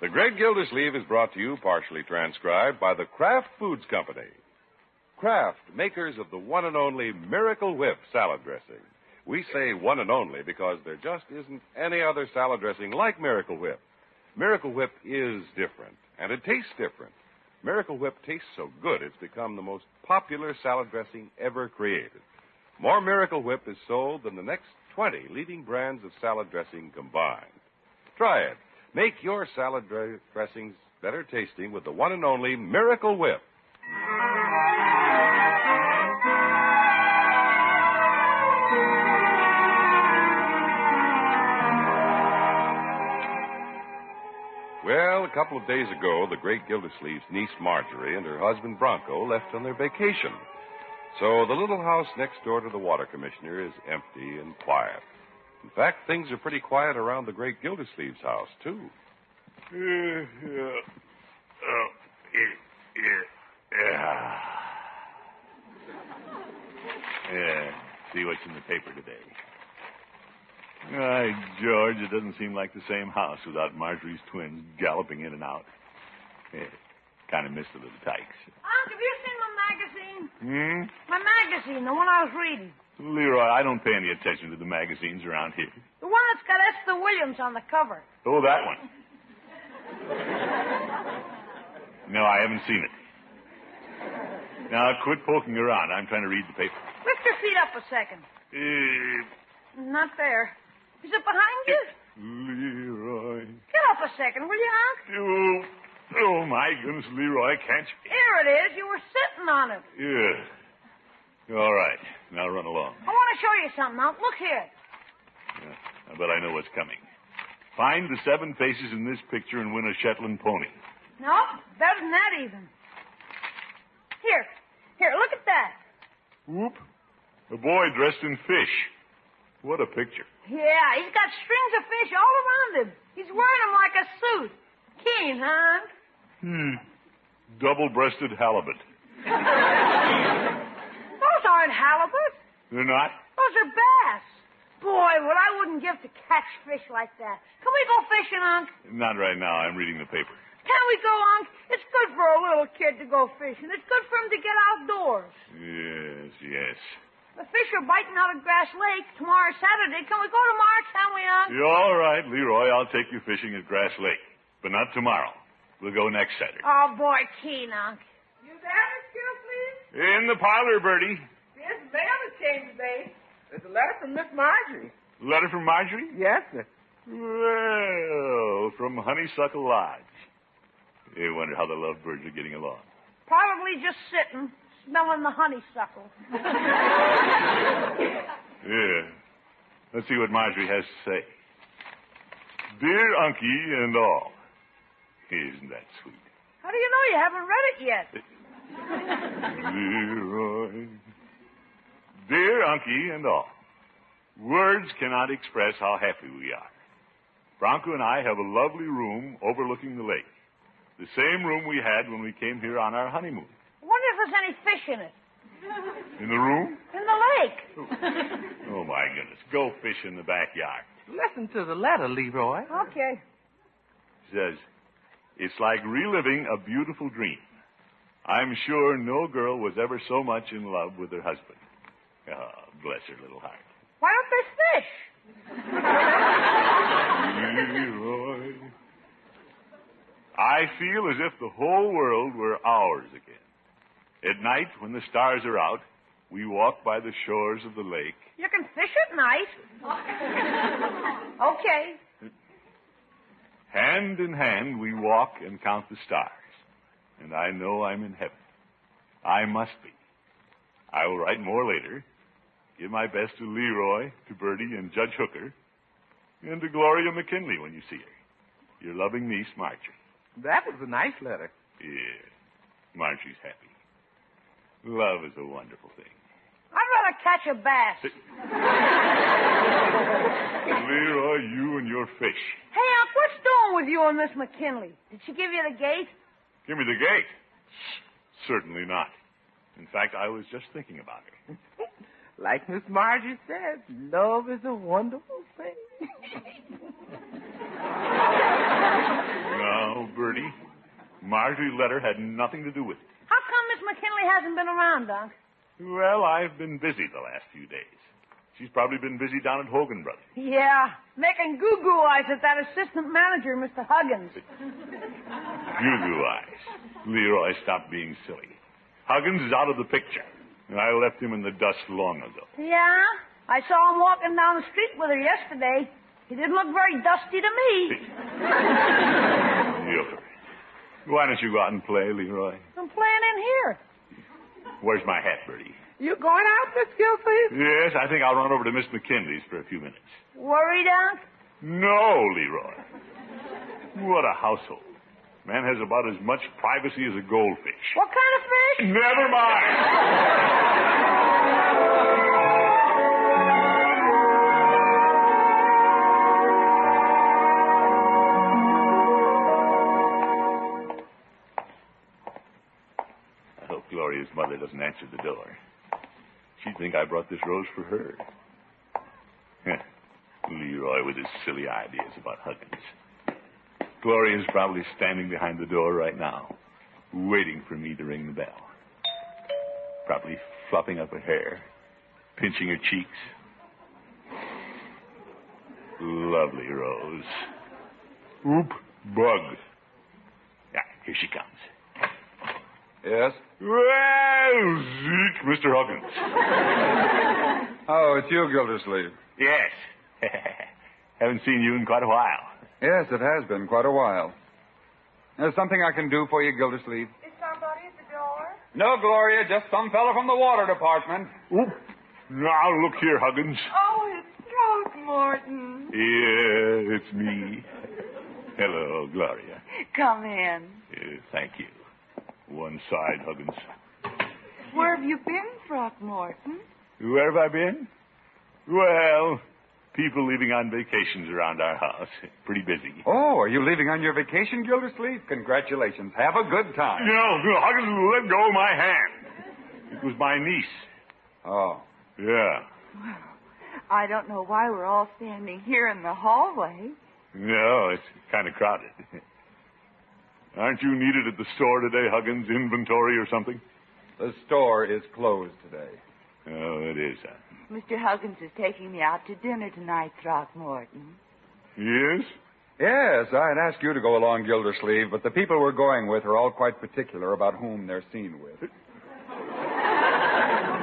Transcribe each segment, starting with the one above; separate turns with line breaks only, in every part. The Great Gildersleeve is brought to you, partially transcribed, by the Kraft Foods Company. Kraft, makers of the one and only Miracle Whip salad dressing. We say one and only because there just isn't any other salad dressing like Miracle Whip. Miracle Whip is different, and it tastes different. Miracle Whip tastes so good it's become the most popular salad dressing ever created. More Miracle Whip is sold than the next 20 leading brands of salad dressing combined. Try it. Make your salad dre- dressings better tasting with the one and only Miracle Whip. Well, a couple of days ago, the great Gildersleeve's niece Marjorie and her husband Bronco left on their vacation. So the little house next door to the water commissioner is empty and quiet. In fact, things are pretty quiet around the great Gildersleeve's house, too.
Yeah, see what's in the paper today. Why, George, it doesn't seem like the same house without Marjorie's twins galloping in and out. Yeah, kind of miss the little tykes.
Unc, have you seen my magazine?
Hmm?
My magazine, the one I was reading.
Leroy, I don't pay any attention to the magazines around here.
The one that's got Esther Williams on the cover.
Oh, that one. no, I haven't seen it. Now, quit poking around. I'm trying to read the paper.
Lift your feet up a second.
Eh,
Not there. Is it behind you?
Leroy.
Get up a second, will you, Unc?
Oh, oh, my goodness, Leroy, can't you?
Here it is. You were sitting on it.
Yeah. All right. Now run along.
I want to show you something, Unc. Look here.
Yeah, I bet I know what's coming. Find the seven faces in this picture and win a Shetland pony.
Nope, better than that even. Here, here, look at that.
Whoop. A boy dressed in fish. What a picture.
Yeah, he's got strings of fish all around him. He's wearing them like a suit. Keen, huh? Unc?
Hmm. Double breasted halibut.
Those aren't halibut.
They're not?
Those are bass. Boy, what I wouldn't give to catch fish like that. Can we go fishing, Unc?
Not right now. I'm reading the paper.
Can we go, Unc? It's good for a little kid to go fishing. It's good for him to get outdoors.
Yes, yes.
The fish are biting out of Grass Lake tomorrow's Saturday. Can we go tomorrow, can we, Unc?
You're all right, Leroy. I'll take you fishing at Grass Lake. But not tomorrow. We'll go next Saturday.
Oh, boy, keen, Unc. You there, excuse please?
In the parlor, Bertie.
Yes, mail has came today. There's a letter from Miss Marjorie.
Letter from Marjorie?
Yes, sir.
Well, from Honeysuckle Lodge. You wonder how the lovebirds are getting along.
Probably just sitting, smelling the honeysuckle.
Yeah. Let's see what Marjorie has to say. Dear Unky and all. Isn't that sweet?
How do you know you haven't read it yet?
Leroy. Dear Unky and all, words cannot express how happy we are. Bronco and I have a lovely room overlooking the lake, the same room we had when we came here on our honeymoon.
I wonder if there's any fish in it.
In the room?
In the lake.
Oh, my goodness. Go fish in the backyard.
Listen to the letter, Leroy.
Okay.
Says, it's like reliving a beautiful dream. I'm sure no girl was ever so much in love with her husband. Ah, bless her little heart.
Why don't they fish?
Leroy. I feel as if the whole world were ours again. At night, when the stars are out, we walk by the shores of the lake.
You can fish at night. okay.
Hand in hand, we walk and count the stars. And I know I'm in heaven. I must be. I will write more later. Give my best to Leroy, to Bertie, and Judge Hooker, and to Gloria McKinley when you see her. Your loving niece, Marjorie.
That was a nice letter.
Yeah. Margie's happy. Love is a wonderful thing.
I'd rather catch a bass.
Leroy, you and your fish.
Hey, Unc, what's doing with you and Miss McKinley? Did she give you the gate?
Give me the gate. Certainly not. In fact, I was just thinking about her.
Like Miss Margie says, love is a wonderful thing.
No, Bertie. Margie's letter had nothing to do with it.
How come Miss McKinley hasn't been around, Unc?
Well, I've been busy the last few days. She's probably been busy down at Hogan Brothers.
Yeah, making goo-goo eyes at that assistant manager, Mr. Huggins.
Goo-goo eyes. Leroy, stop being silly. Huggins is out of the picture. And I left him in the dust long ago.
Yeah, I saw him walking down the street with her yesterday. He didn't look very dusty to me.
You're- Why don't you go out and play, Leroy?
I'm playing in here.
Where's my hat, Bertie?
You going out, Miss Gilfie?
Yes, I think I'll run over to Miss McKinley's for a few minutes.
Worried, Unc?
No, Leroy. What a household. Man has about as much privacy as a goldfish.
What kind of fish?
Never mind. I hope Gloria's mother doesn't answer the door. She'd think I brought this rose for her. Heh. Leroy with his silly ideas about Huggins. Gloria's probably standing behind the door right now, waiting for me to ring the bell. Probably flopping up her hair, pinching her cheeks. Lovely Rose. Oop, bug. Yeah, here she comes.
Yes?
Well, Zeke, Mr. Huggins.
Oh, it's you, Gildersleeve.
Yes. Haven't seen you in quite a while.
Yes, it has been quite a while. There's something I can do for you, Gildersleeve.
Is somebody at the door?
No, Gloria, just some fella from the water department.
Oop. Now, look here, Huggins.
Oh, it's Throckmorton.
Yeah, it's me. Hello, Gloria.
Come in.
Uh, thank you. One side, Huggins.
Where have you been, Throckmorton?
Where have I been? Well, people leaving on vacations around our house. Pretty busy.
Oh, are you leaving on your vacation, Gildersleeve? Congratulations. Have a good time.
No, no, Huggins, let go of my hand. It was my niece.
Oh.
Yeah.
I don't know why we're all standing here in the hallway.
No, it's kind of crowded. Aren't you needed at the store today, Huggins? Inventory or something?
The store is closed today.
Oh, it is, huh?
Mr. Huggins is taking me out to dinner tonight, Throckmorton.
Yes?
Yes, I'd ask you to go along, Gildersleeve, but the people we're going with are all quite particular about whom they're seen with.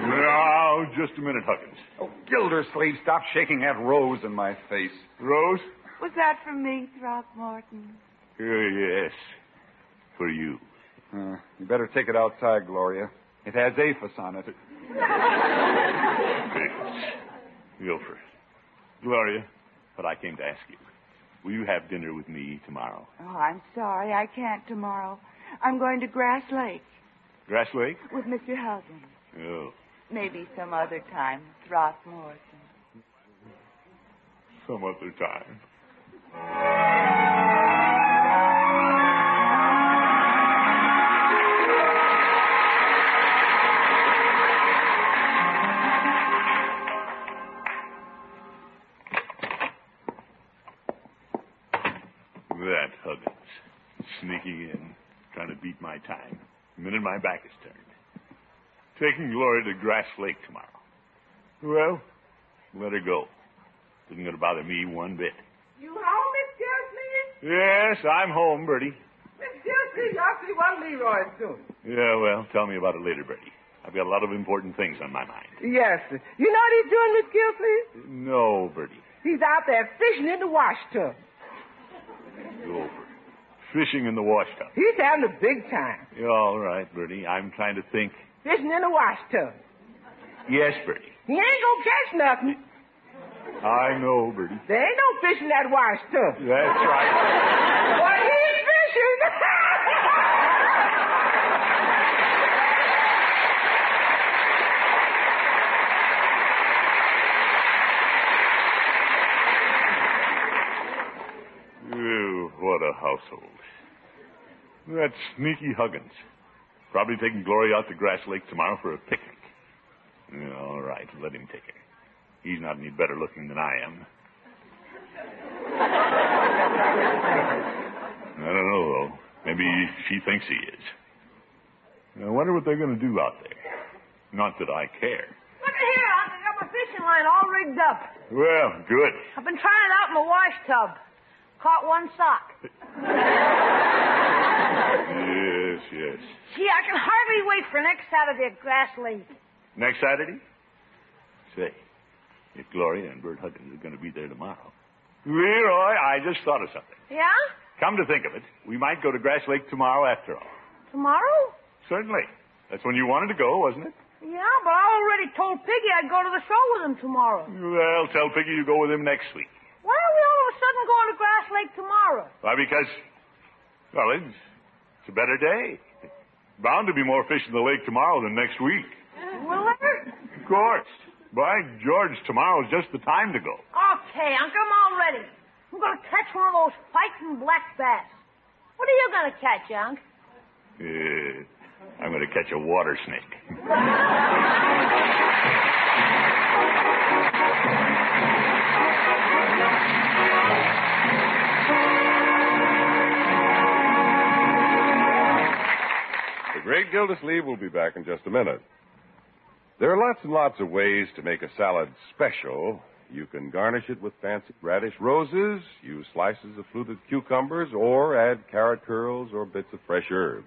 Now, just a minute, Huggins.
Oh, Gildersleeve, stop shaking that rose in my face.
Rose?
Was that for me, Throckmorton?
Uh, yes. For you.
Uh, you better take it outside, Gloria. It has aphis on it.
Thanks. Wilfred. Gloria, but I came to ask you. Will you have dinner with me tomorrow?
Oh, I'm sorry. I can't tomorrow. I'm going to Grass Lake
Grass Lake?
with Mr. Huggins.
Oh.
Maybe some other time, Throckmorton.
Some other time. That Huggins. Sneaking in, trying to beat my time. The minute my back is turned. Taking Glory to Grass Lake tomorrow. Well, let her go. Isn't going to bother me one bit.
You home, Miss Gilfie?
Yes, I'm home, Bertie.
Miss Gilfie, y'all see what Leroy's doing.
Yeah, well, tell me about it later, Bertie. I've got a lot of important things on my mind.
Yes. You know what he's doing, Miss Gilfie?
No, Bertie.
He's out there fishing in the washtub.
Go over. Fishing in the washtub.
He's having a big time.
Yeah, all right, Bertie. I'm trying to think.
Fishing in the washtub.
Yes, Bertie.
He ain't gonna catch nothing.
I know, Bertie.
There ain't no fish in that washtub.
That's right.
Well, he ain't fishing.
Oh, what a household. That sneaky Huggins. Probably taking Glory out to Grass Lake tomorrow for a picnic. Yeah, All right, let him take her. He's not any better looking than I am. I don't know, though. Maybe she thinks he is. I wonder what they're going to do out there. Not that I care.
Look at here, Unc. I got my fishing line all rigged up.
Well, good.
I've been trying it out in the wash tub. Caught one sock.
Yes, yes.
Gee, I can hardly wait for next Saturday at Grass Lake.
Next Saturday? Say, if Gloria and Bert Huggins are going to be there tomorrow. Leroy, I just thought of something.
Yeah?
Come to think of it, we might go to Grass Lake tomorrow after all.
Tomorrow?
Certainly. That's when you wanted to go, wasn't it?
Yeah, but I already told Piggy I'd go to the show with him tomorrow.
Well, tell Piggy you go with him next week.
Why are we all of a sudden going to Grass Lake tomorrow?
Why, because, well, it's, it's a better day. Bound to be more fish in the lake tomorrow than next week.
Will there?
Of course. By George, tomorrow's just the time to go.
Okay, Unc, I'm all ready. I'm going to catch one of those fighting black bass. What are you going to catch, Unc?
Uh, I'm going to catch a water snake.
The Great Gildersleeve will be back in just a minute. There are lots and lots of ways to make a salad special. You can garnish it with fancy radish roses, use slices of fluted cucumbers, or add carrot curls or bits of fresh herbs.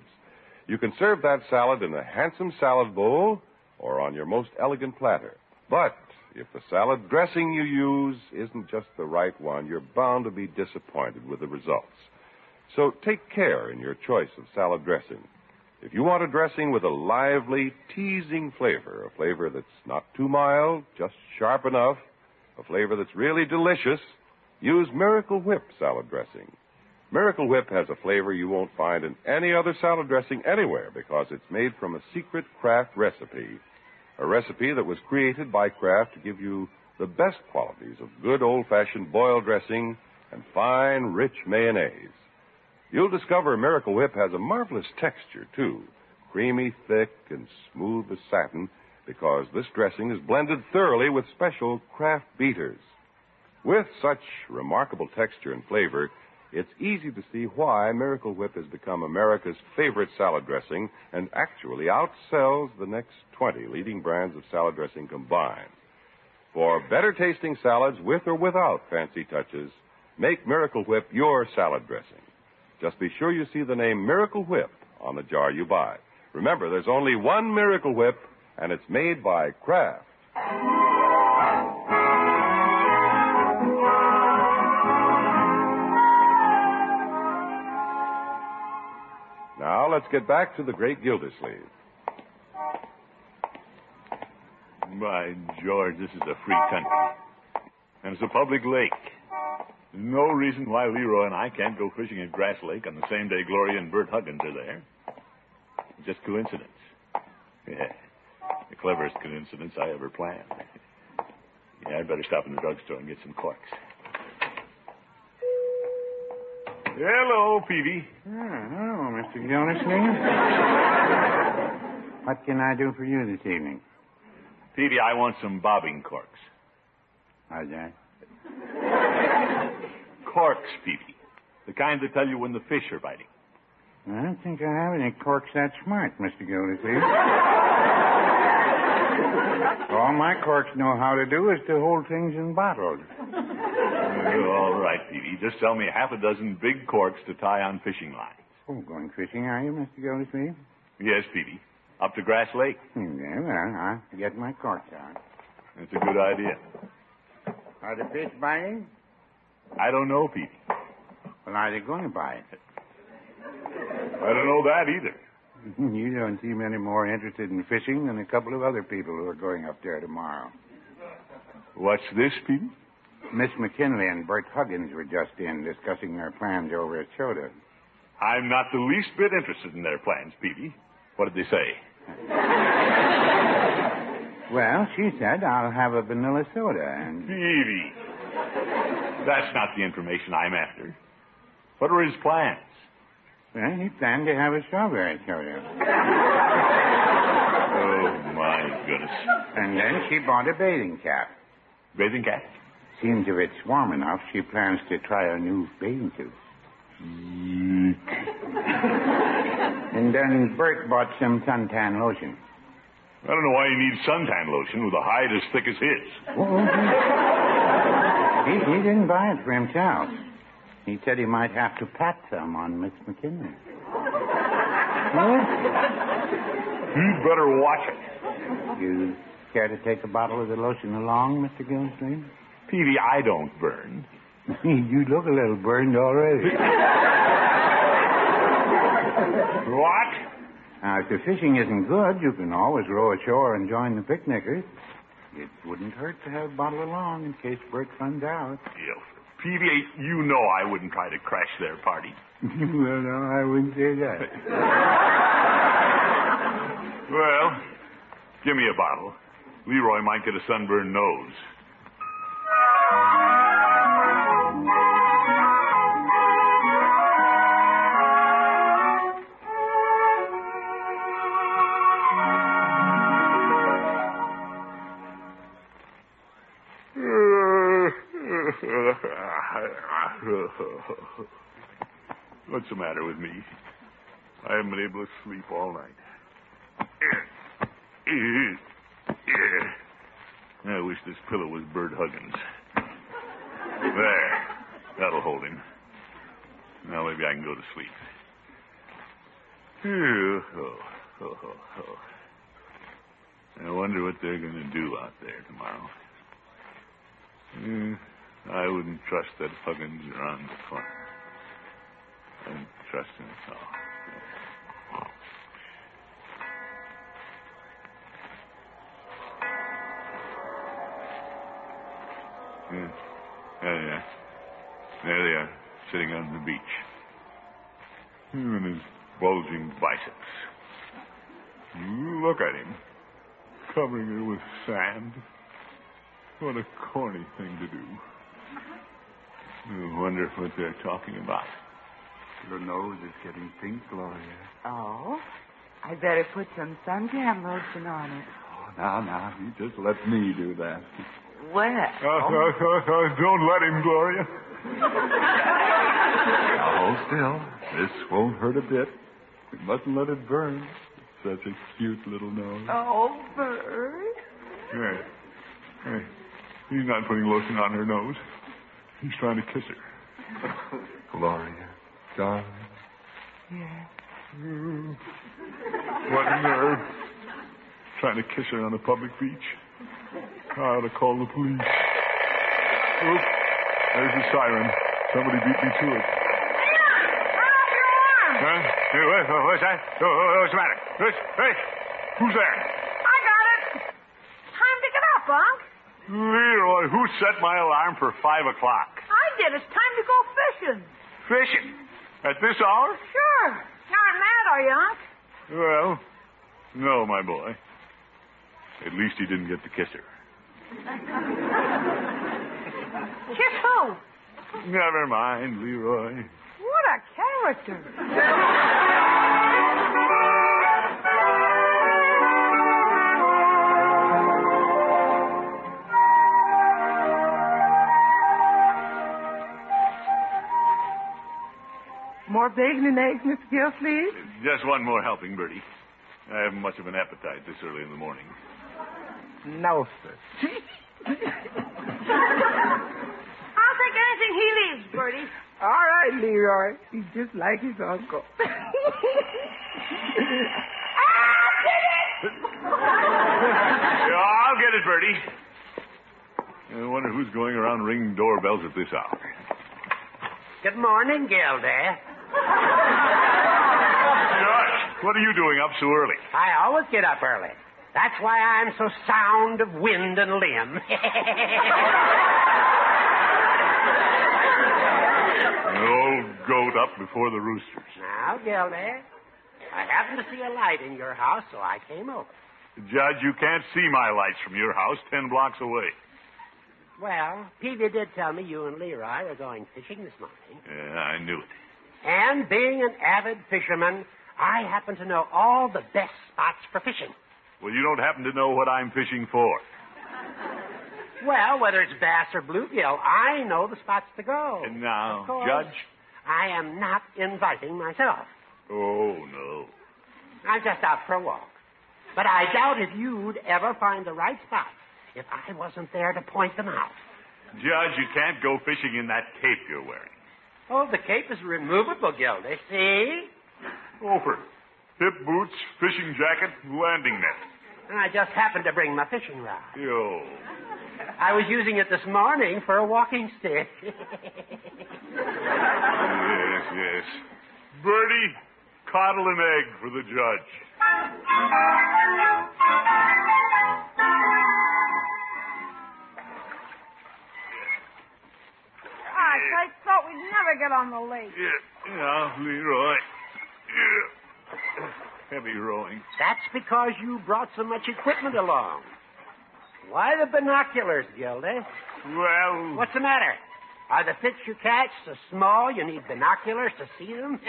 You can serve that salad in a handsome salad bowl or on your most elegant platter. But if the salad dressing you use isn't just the right one, you're bound to be disappointed with the results. So take care in your choice of salad dressing. If you want a dressing with a lively, teasing flavor, a flavor that's not too mild, just sharp enough, a flavor that's really delicious, use Miracle Whip salad dressing. Miracle Whip has a flavor you won't find in any other salad dressing anywhere because it's made from a secret craft recipe. A recipe that was created by Kraft to give you the best qualities of good old fashioned boiled dressing and fine, rich mayonnaise. You'll discover Miracle Whip has a marvelous texture, too. Creamy, thick, and smooth as satin, because this dressing is blended thoroughly with special craft beaters. With such remarkable texture and flavor, it's easy to see why Miracle Whip has become America's favorite salad dressing and actually outsells the next 20 leading brands of salad dressing combined. For better tasting salads with or without fancy touches, make Miracle Whip your salad dressing. Just be sure you see the name Miracle Whip on the jar you buy. Remember, there's only one Miracle Whip, and it's made by Kraft. Now let's get back to the great Gildersleeve.
By George, this is a free country. And it's a public lake. No reason why Leroy and I can't go fishing at Grass Lake on the same day Gloria and Bert Huggins are there. Just coincidence. Yeah. The cleverest coincidence I ever planned. Yeah, I'd better stop in the drugstore and get some corks. Hello, Peavy.
Hello, Mr. Gildersleeve. what can I do for you this evening,
Peavy, I want some bobbing corks.
Ajay?
Corks, Peavy. The kind that tell you when the fish are biting.
I don't think I have any corks that smart, Mr. Gildersleeve. All my corks know how to do is to hold things in bottles.
All right, Peavy. Just sell me half a dozen big corks to tie on fishing lines.
Oh, going fishing, are you, Mr. Gildersleeve?
Yes, Peavy. Up to Grass Lake.
Yeah, well, I'll get my corks out.
That's a good idea.
Are the fish biting?
I don't know, Peavy.
Well, are they going to bite?
I don't know that either.
you don't seem any more interested in fishing than a couple of other people who are going up there tomorrow.
What's this, Peavy?
Miss McKinley and Bert Huggins were just in discussing their plans over at Soda.
I'm not the least bit interested in their plans, Peavy. What did they say?
Well, she said I'll have a vanilla soda and
Peavy. That's not the information I'm after. What are his plans?
well, he planned to have a strawberry soda.
Oh, my goodness.
And then she bought a bathing cap.
Bathing cap?
Seems if it's warm enough, she plans to try a new bathing suit. and then Bert bought some suntan lotion.
I don't know why you need suntan lotion with a hide as thick as his.
Oh, he, he didn't buy it for himself. He said he might have to pat some on Miss McKinley.
You'd better watch it.
You care to take a bottle of the lotion along, Mr. Gildersleeve?
Peavy, I don't burn.
you look a little burned already.
What?
Now, if the fishing isn't good, you can always row ashore and join the picnickers. It wouldn't hurt to have a bottle along in case Bert runs out.
Ilford. Peavy, you know I wouldn't try to crash their party.
well, no, I wouldn't say that.
Well, give me a bottle. Leroy might get a sunburned nose. What's the matter with me? I haven't been able to sleep all night. I wish this pillow was Bert Huggins. There. That'll hold him. Now maybe I can go to sleep. Phew. Oh, oh, oh, oh. I wonder what they're going to do out there tomorrow. Hmm, I wouldn't trust that Huggins around the farm. I wouldn't trust him at all. Yeah. There they are. There they are, sitting on the beach. Hmm, And his bulging biceps. Look at him. Covering her with sand. What a corny thing to do. I wonder what they're talking about.
Your nose is getting pink, Gloria.
Oh, I'd better put some suntan lotion on it.
Oh, now, now, you just let me do that.
Well,
Uh, uh, uh, uh, don't let him, Gloria.
Hold still. This won't hurt a bit. We mustn't let it burn. Such a cute little nose.
oh, Bert.
Yeah. Yeah. He's not putting lotion on her nose. He's trying to kiss her.
Gloria, darling.
Yeah.
What nerve. Trying to kiss her on a public beach. I ought to call the police. Oop. There's the siren. Somebody beat me to it.
Leon, turn off your alarm.
Huh? Hey, what, what's that? Oh, oh, what's the matter? What's, hey, who's there?
I got it. Time to get up, Unc.
Leroy, who set my alarm for 5 o'clock?
I did. It's time to go fishing.
Fishing. At this hour?
Sure. You aren't mad, are you, Unc?
Well, no, my boy. At least he didn't get to kiss her.
Kiss who?
Never mind, Leroy.
What a character. More bacon and eggs, Miss Gilsleeve?
Just one more helping, Bertie. I haven't much of an appetite this early in the morning.
No, sir.
I'll take anything he leaves, Bertie.
All right, Leroy. He's just like his uncle.
Yeah, I'll get it, Bertie. I wonder who's going around ringing doorbells at this hour.
Good morning, Gilda.
Josh, what are you doing up so early?
I always get up early. That's why I'm so sound of wind and limb.
Old goat up before the roosters.
Now, Gildy, I happened to see a light in your house, so I came over.
Judge, you can't see my lights from your house ten blocks away.
Well, Peavy did tell me you and Leroy were going fishing this morning.
Yeah, I knew it.
And being an avid fisherman, I happen to know all the best spots for fishing.
Well, you don't happen to know what I'm fishing for.
Well, whether it's bass or bluegill, I know the spots to go.
And now,
Of course,
Judge?
I am not inviting myself.
Oh, no.
I'm just out for a walk. But I doubt if you'd ever find the right spot if I wasn't there to point them out.
Judge, you can't go fishing in that cape you're wearing.
Oh, the cape is removable, Gildy. See?
Over. Hip boots, fishing jacket, landing net.
And I just happened to bring my fishing rod.
Yo.
I was using it this morning for a walking stick.
Yes, yes. Bertie, coddle an egg for the judge.
Gosh, I thought we'd never get on the lake.
Yeah, yeah, Leroy. Yeah. Heavy rowing.
That's because you brought so much equipment along. Why the binoculars, Gildy?
Well,
What's the matter? Are the fish you catch so small you need binoculars to see them?
all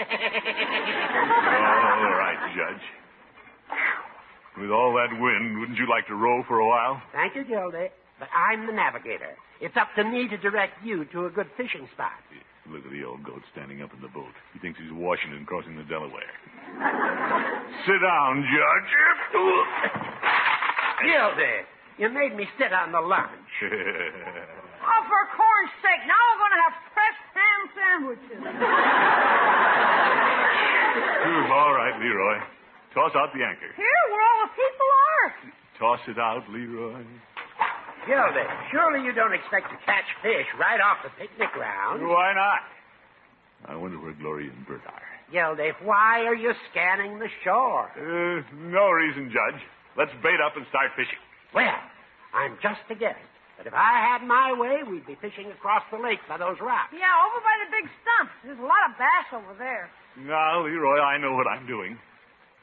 right, Judge. With all that wind, wouldn't you like to row for a while?
Thank you, Gildy. But I'm the navigator. It's up to me to direct you to a good fishing spot.
Look at the old goat standing up in the boat. He thinks he's Washington crossing the Delaware. Sit down, Judge.
Gildy, you made me sit on the lunch.
Oh, for corn's sake, now we're going to have fresh ham sandwiches.
all right, Leroy. Toss out the anchor.
Here, where all the people are.
Toss it out, Leroy.
Gildy, surely you don't expect to catch fish right off the picnic ground.
Why not? I wonder where Gloria and Bert are.
Gildy, why are you scanning the shore?
Uh, no reason, Judge. Let's bait up and start fishing.
Well, I'm just a guest. But if I had my way, we'd be fishing across the lake by those rocks.
Yeah, over by the big stumps. There's a lot of bass over there.
Now, Leroy, I know what I'm doing.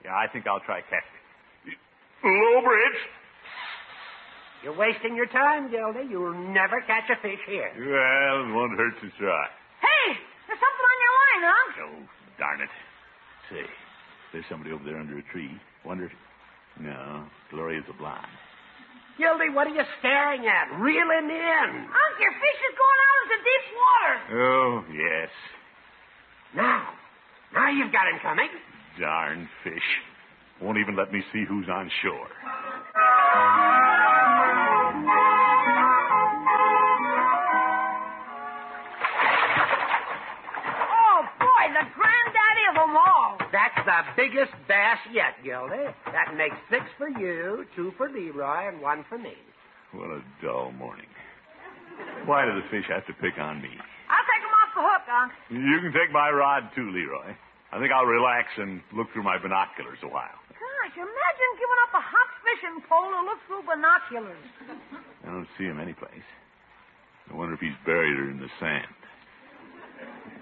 Yeah, I think I'll try casting. Low bridge.
You're wasting your time, Gildy. You'll never catch a fish here.
Well, it won't hurt to try.
Hey, there's something on your line, huh?
Oh, darn it. Say, there's somebody over there under a tree. Wonder if... No, Gloria's a blonde.
Gildy, what are you staring at? Reel him in.
Unc, your fish is going out into deep water.
Oh, yes.
Now. Now you've got him coming.
Darn fish. Won't even let me see who's on shore.
Oh, boy, the granddaddy of them all.
That's the biggest bass yet, Gildy. That makes six for you, two for Leroy, and one for me.
What a dull morning. Why do the fish have to pick on me?
I'll take him off the hook, Unc.
You can take my rod, too, Leroy. I think I'll relax and look through my binoculars a while.
Gosh, imagine giving up a hot fishing pole to look through binoculars.
I don't see him anyplace. I wonder if he's buried her in the sand.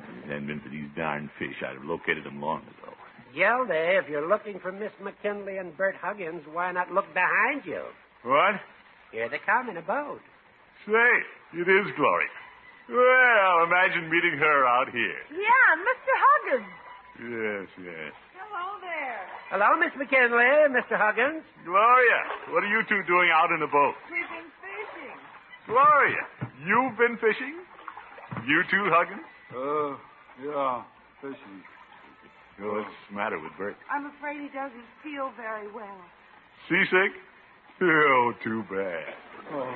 If it hadn't been for these darn fish, I'd have located him long ago.
Gildy, if you're looking for Miss McKinley and Bert Huggins, why not look behind you?
What?
Here they come in a boat.
Say, it is Gloria. Well, imagine meeting her out here.
Yeah, Mr. Huggins.
Yes, yes.
Hello there.
Hello, Miss McKinley, Mr. Huggins.
Gloria, what are you two doing out in a boat?
We've been fishing.
Gloria, you've been fishing? You too, Huggins?
Uh, yeah, fishing.
What's the matter with Bert?
I'm afraid he doesn't feel very well.
Seasick? Oh, too bad.
Oh,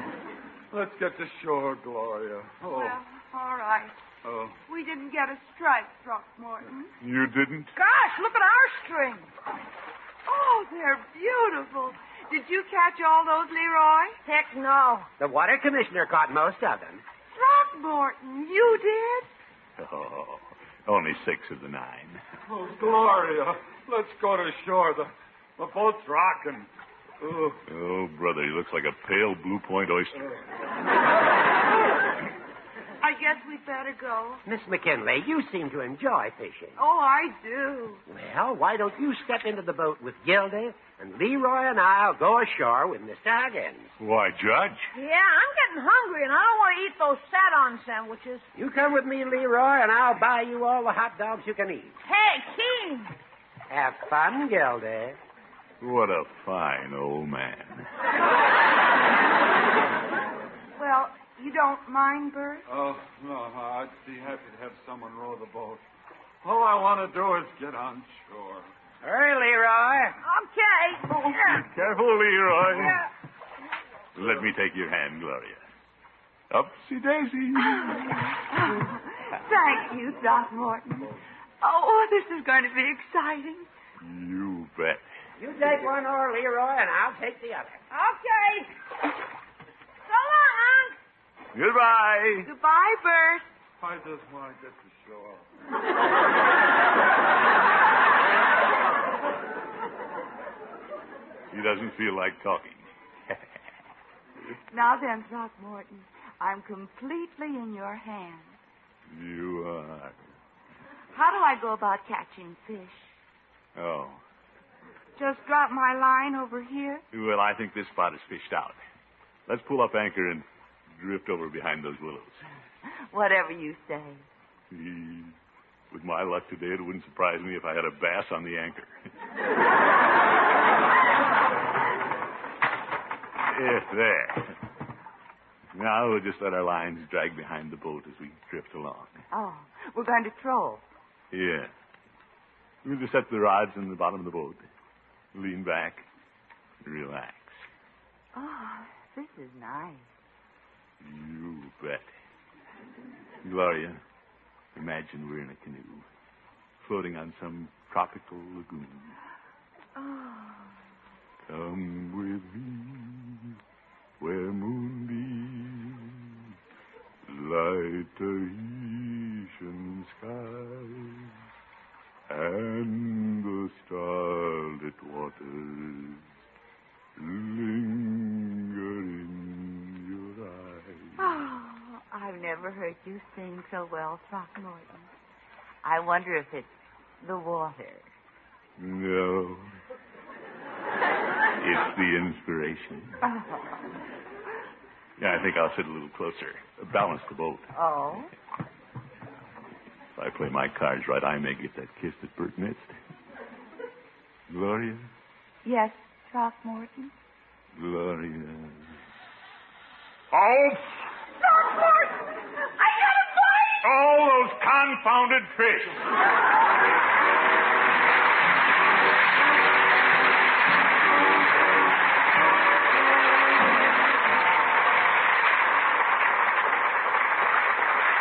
let's get to shore, Gloria. Oh,
Well, all right.
oh.
We didn't get a strike, Throckmorton.
You didn't?
Gosh, look at our string.
Oh, they're beautiful. Did you catch all those, Leroy?
Heck no.
The water commissioner caught most of them.
Throckmorton, you did?
Oh, only six of the nine.
oh, Gloria, let's go to shore. The, the boat's rocking. Oh,
Oh, brother, he looks like a pale blue point oyster.
I guess we'd better go.
Miss McKinley, you seem to enjoy fishing.
Oh, I do.
Well, why don't you step into the boat with Gildy, and Leroy and I'll go ashore with Mr. Huggins.
Why, Judge,
Yeah, I'm getting hungry, and I don't want to eat those sat-on sandwiches.
You come with me, Leroy, and I'll buy you all the hot dogs you can eat.
Hey, Keen,
Have fun, Gildy.
what a fine old man.
Well, you don't mind, Bert?
Oh, no, I'd be happy to have someone row the boat. All I want to do is get on shore.
Hurry, Leroy.
okay. Yeah.
Careful, Leroy.
Yeah.
Let me take your hand, Gloria. Upsy daisy.
Thank you, Throckmorton. Oh, this is going to be exciting.
you bet.
You take one oar, Leroy, and I'll take the other.
Okay. So long, Unc.
Goodbye.
Goodbye, Bert.
I just want to get to shore.
He doesn't feel like talking.
Now then, Throckmorton, I'm completely in your hands.
You are.
How do I go about catching fish?
Oh.
Just drop my line over here?
Well, I think this spot is fished out. Let's pull up anchor and drift over behind those willows.
Whatever you say.
With my luck today, it wouldn't surprise me if I had a bass on the anchor. yes, there. Now we'll just let our lines drag behind the boat as we drift along.
Oh, we're going to troll.
Yeah. We'll just set the rods in the bottom of the boat. Lean back. Relax.
Oh, this is nice.
You bet. Gloria, imagine we're in a canoe, floating on some tropical lagoon. Come with me, where moonbeams light Tahitian skies and the starlit waters linger in your eyes.
Oh, I've never heard you sing so well, Throckmorton. I wonder if it's the water.
No. it's the inspiration. Yeah, I think I'll sit a little closer. Balance the boat.
Oh?
If I play my cards right, I may get that kiss that Bert missed. Gloria,
Yes, Throckmorton.
Gloria. All,
I got a bite.
all those confounded fish.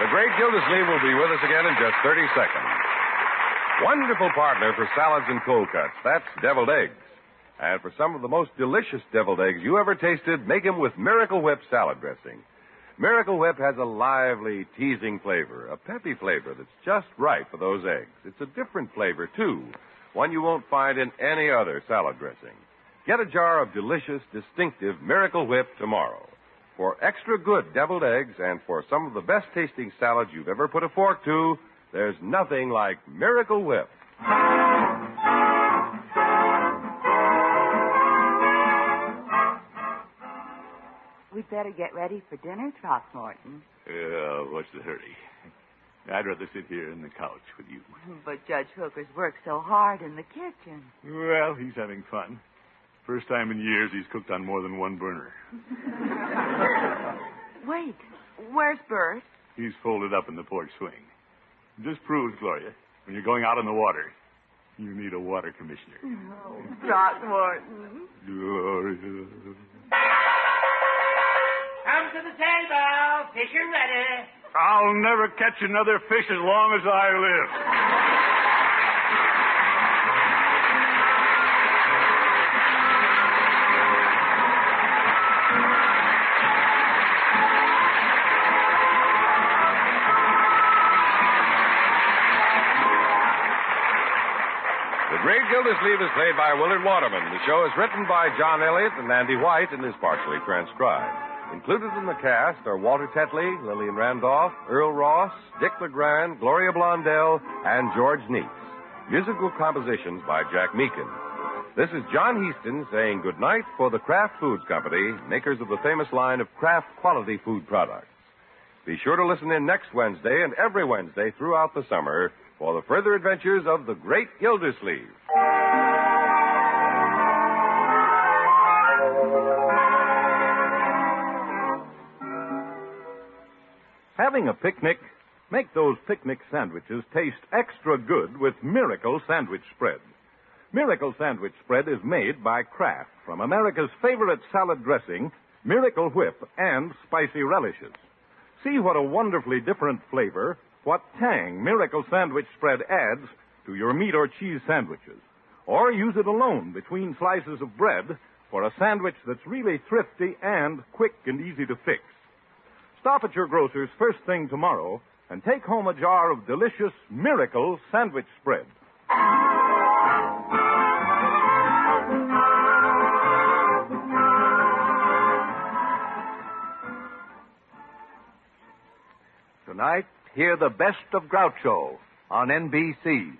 The great Gildersleeve will be with us again in just 30 seconds. Wonderful partner for salads and cold cuts. That's deviled eggs. And for some of the most delicious deviled eggs you ever tasted, make them with Miracle Whip salad dressing. Miracle Whip has a lively, teasing flavor, a peppy flavor that's just right for those eggs. It's a different flavor, too, one you won't find in any other salad dressing. Get a jar of delicious, distinctive Miracle Whip tomorrow. For extra good deviled eggs and for some of the best tasting salads you've ever put a fork to, there's nothing like Miracle Whip.
We'd better get ready for dinner, Throckmorton.
Uh, what's the hurry? I'd rather sit here in the couch with you.
But Judge Hooker's worked so hard in the kitchen.
Well, he's having fun. First time in years he's cooked on more than one burner.
Wait, where's Bert?
He's folded up in the porch swing. Just proves, Gloria, when you're going out in the water, you need a water commissioner.
Throckmorton.
Gloria.
Come to the table. Fish are ready.
I'll never catch another fish as long as I live.
The Great Gildersleeve is played by Willard Waterman. The show is written by John Elliott and Andy White and is partially transcribed. Included in the cast are Walter Tetley, Lillian Randolph, Earl Ross, Dick LeGrand, Gloria Blondell, and George Neitz. Musical compositions by Jack Meakin. This is John Heaston saying goodnight for the Kraft Foods Company, makers of the famous line of Kraft quality food products. Be sure to listen in next Wednesday and every Wednesday throughout the summer for the further adventures of the Great Gildersleeve.
Having a picnic, make those picnic sandwiches taste extra good with Miracle Sandwich Spread. Miracle Sandwich Spread is made by Kraft from America's favorite salad dressing, Miracle Whip, and spicy relishes. See what a wonderfully different flavor, what tang Miracle Sandwich Spread adds to your meat or cheese sandwiches. Or use it alone between slices of bread for a sandwich that's really thrifty and quick and easy to fix. Stop at your grocer's first thing tomorrow and take home a jar of delicious Miracle Sandwich Spread.
Tonight, hear the best of Groucho on NBC.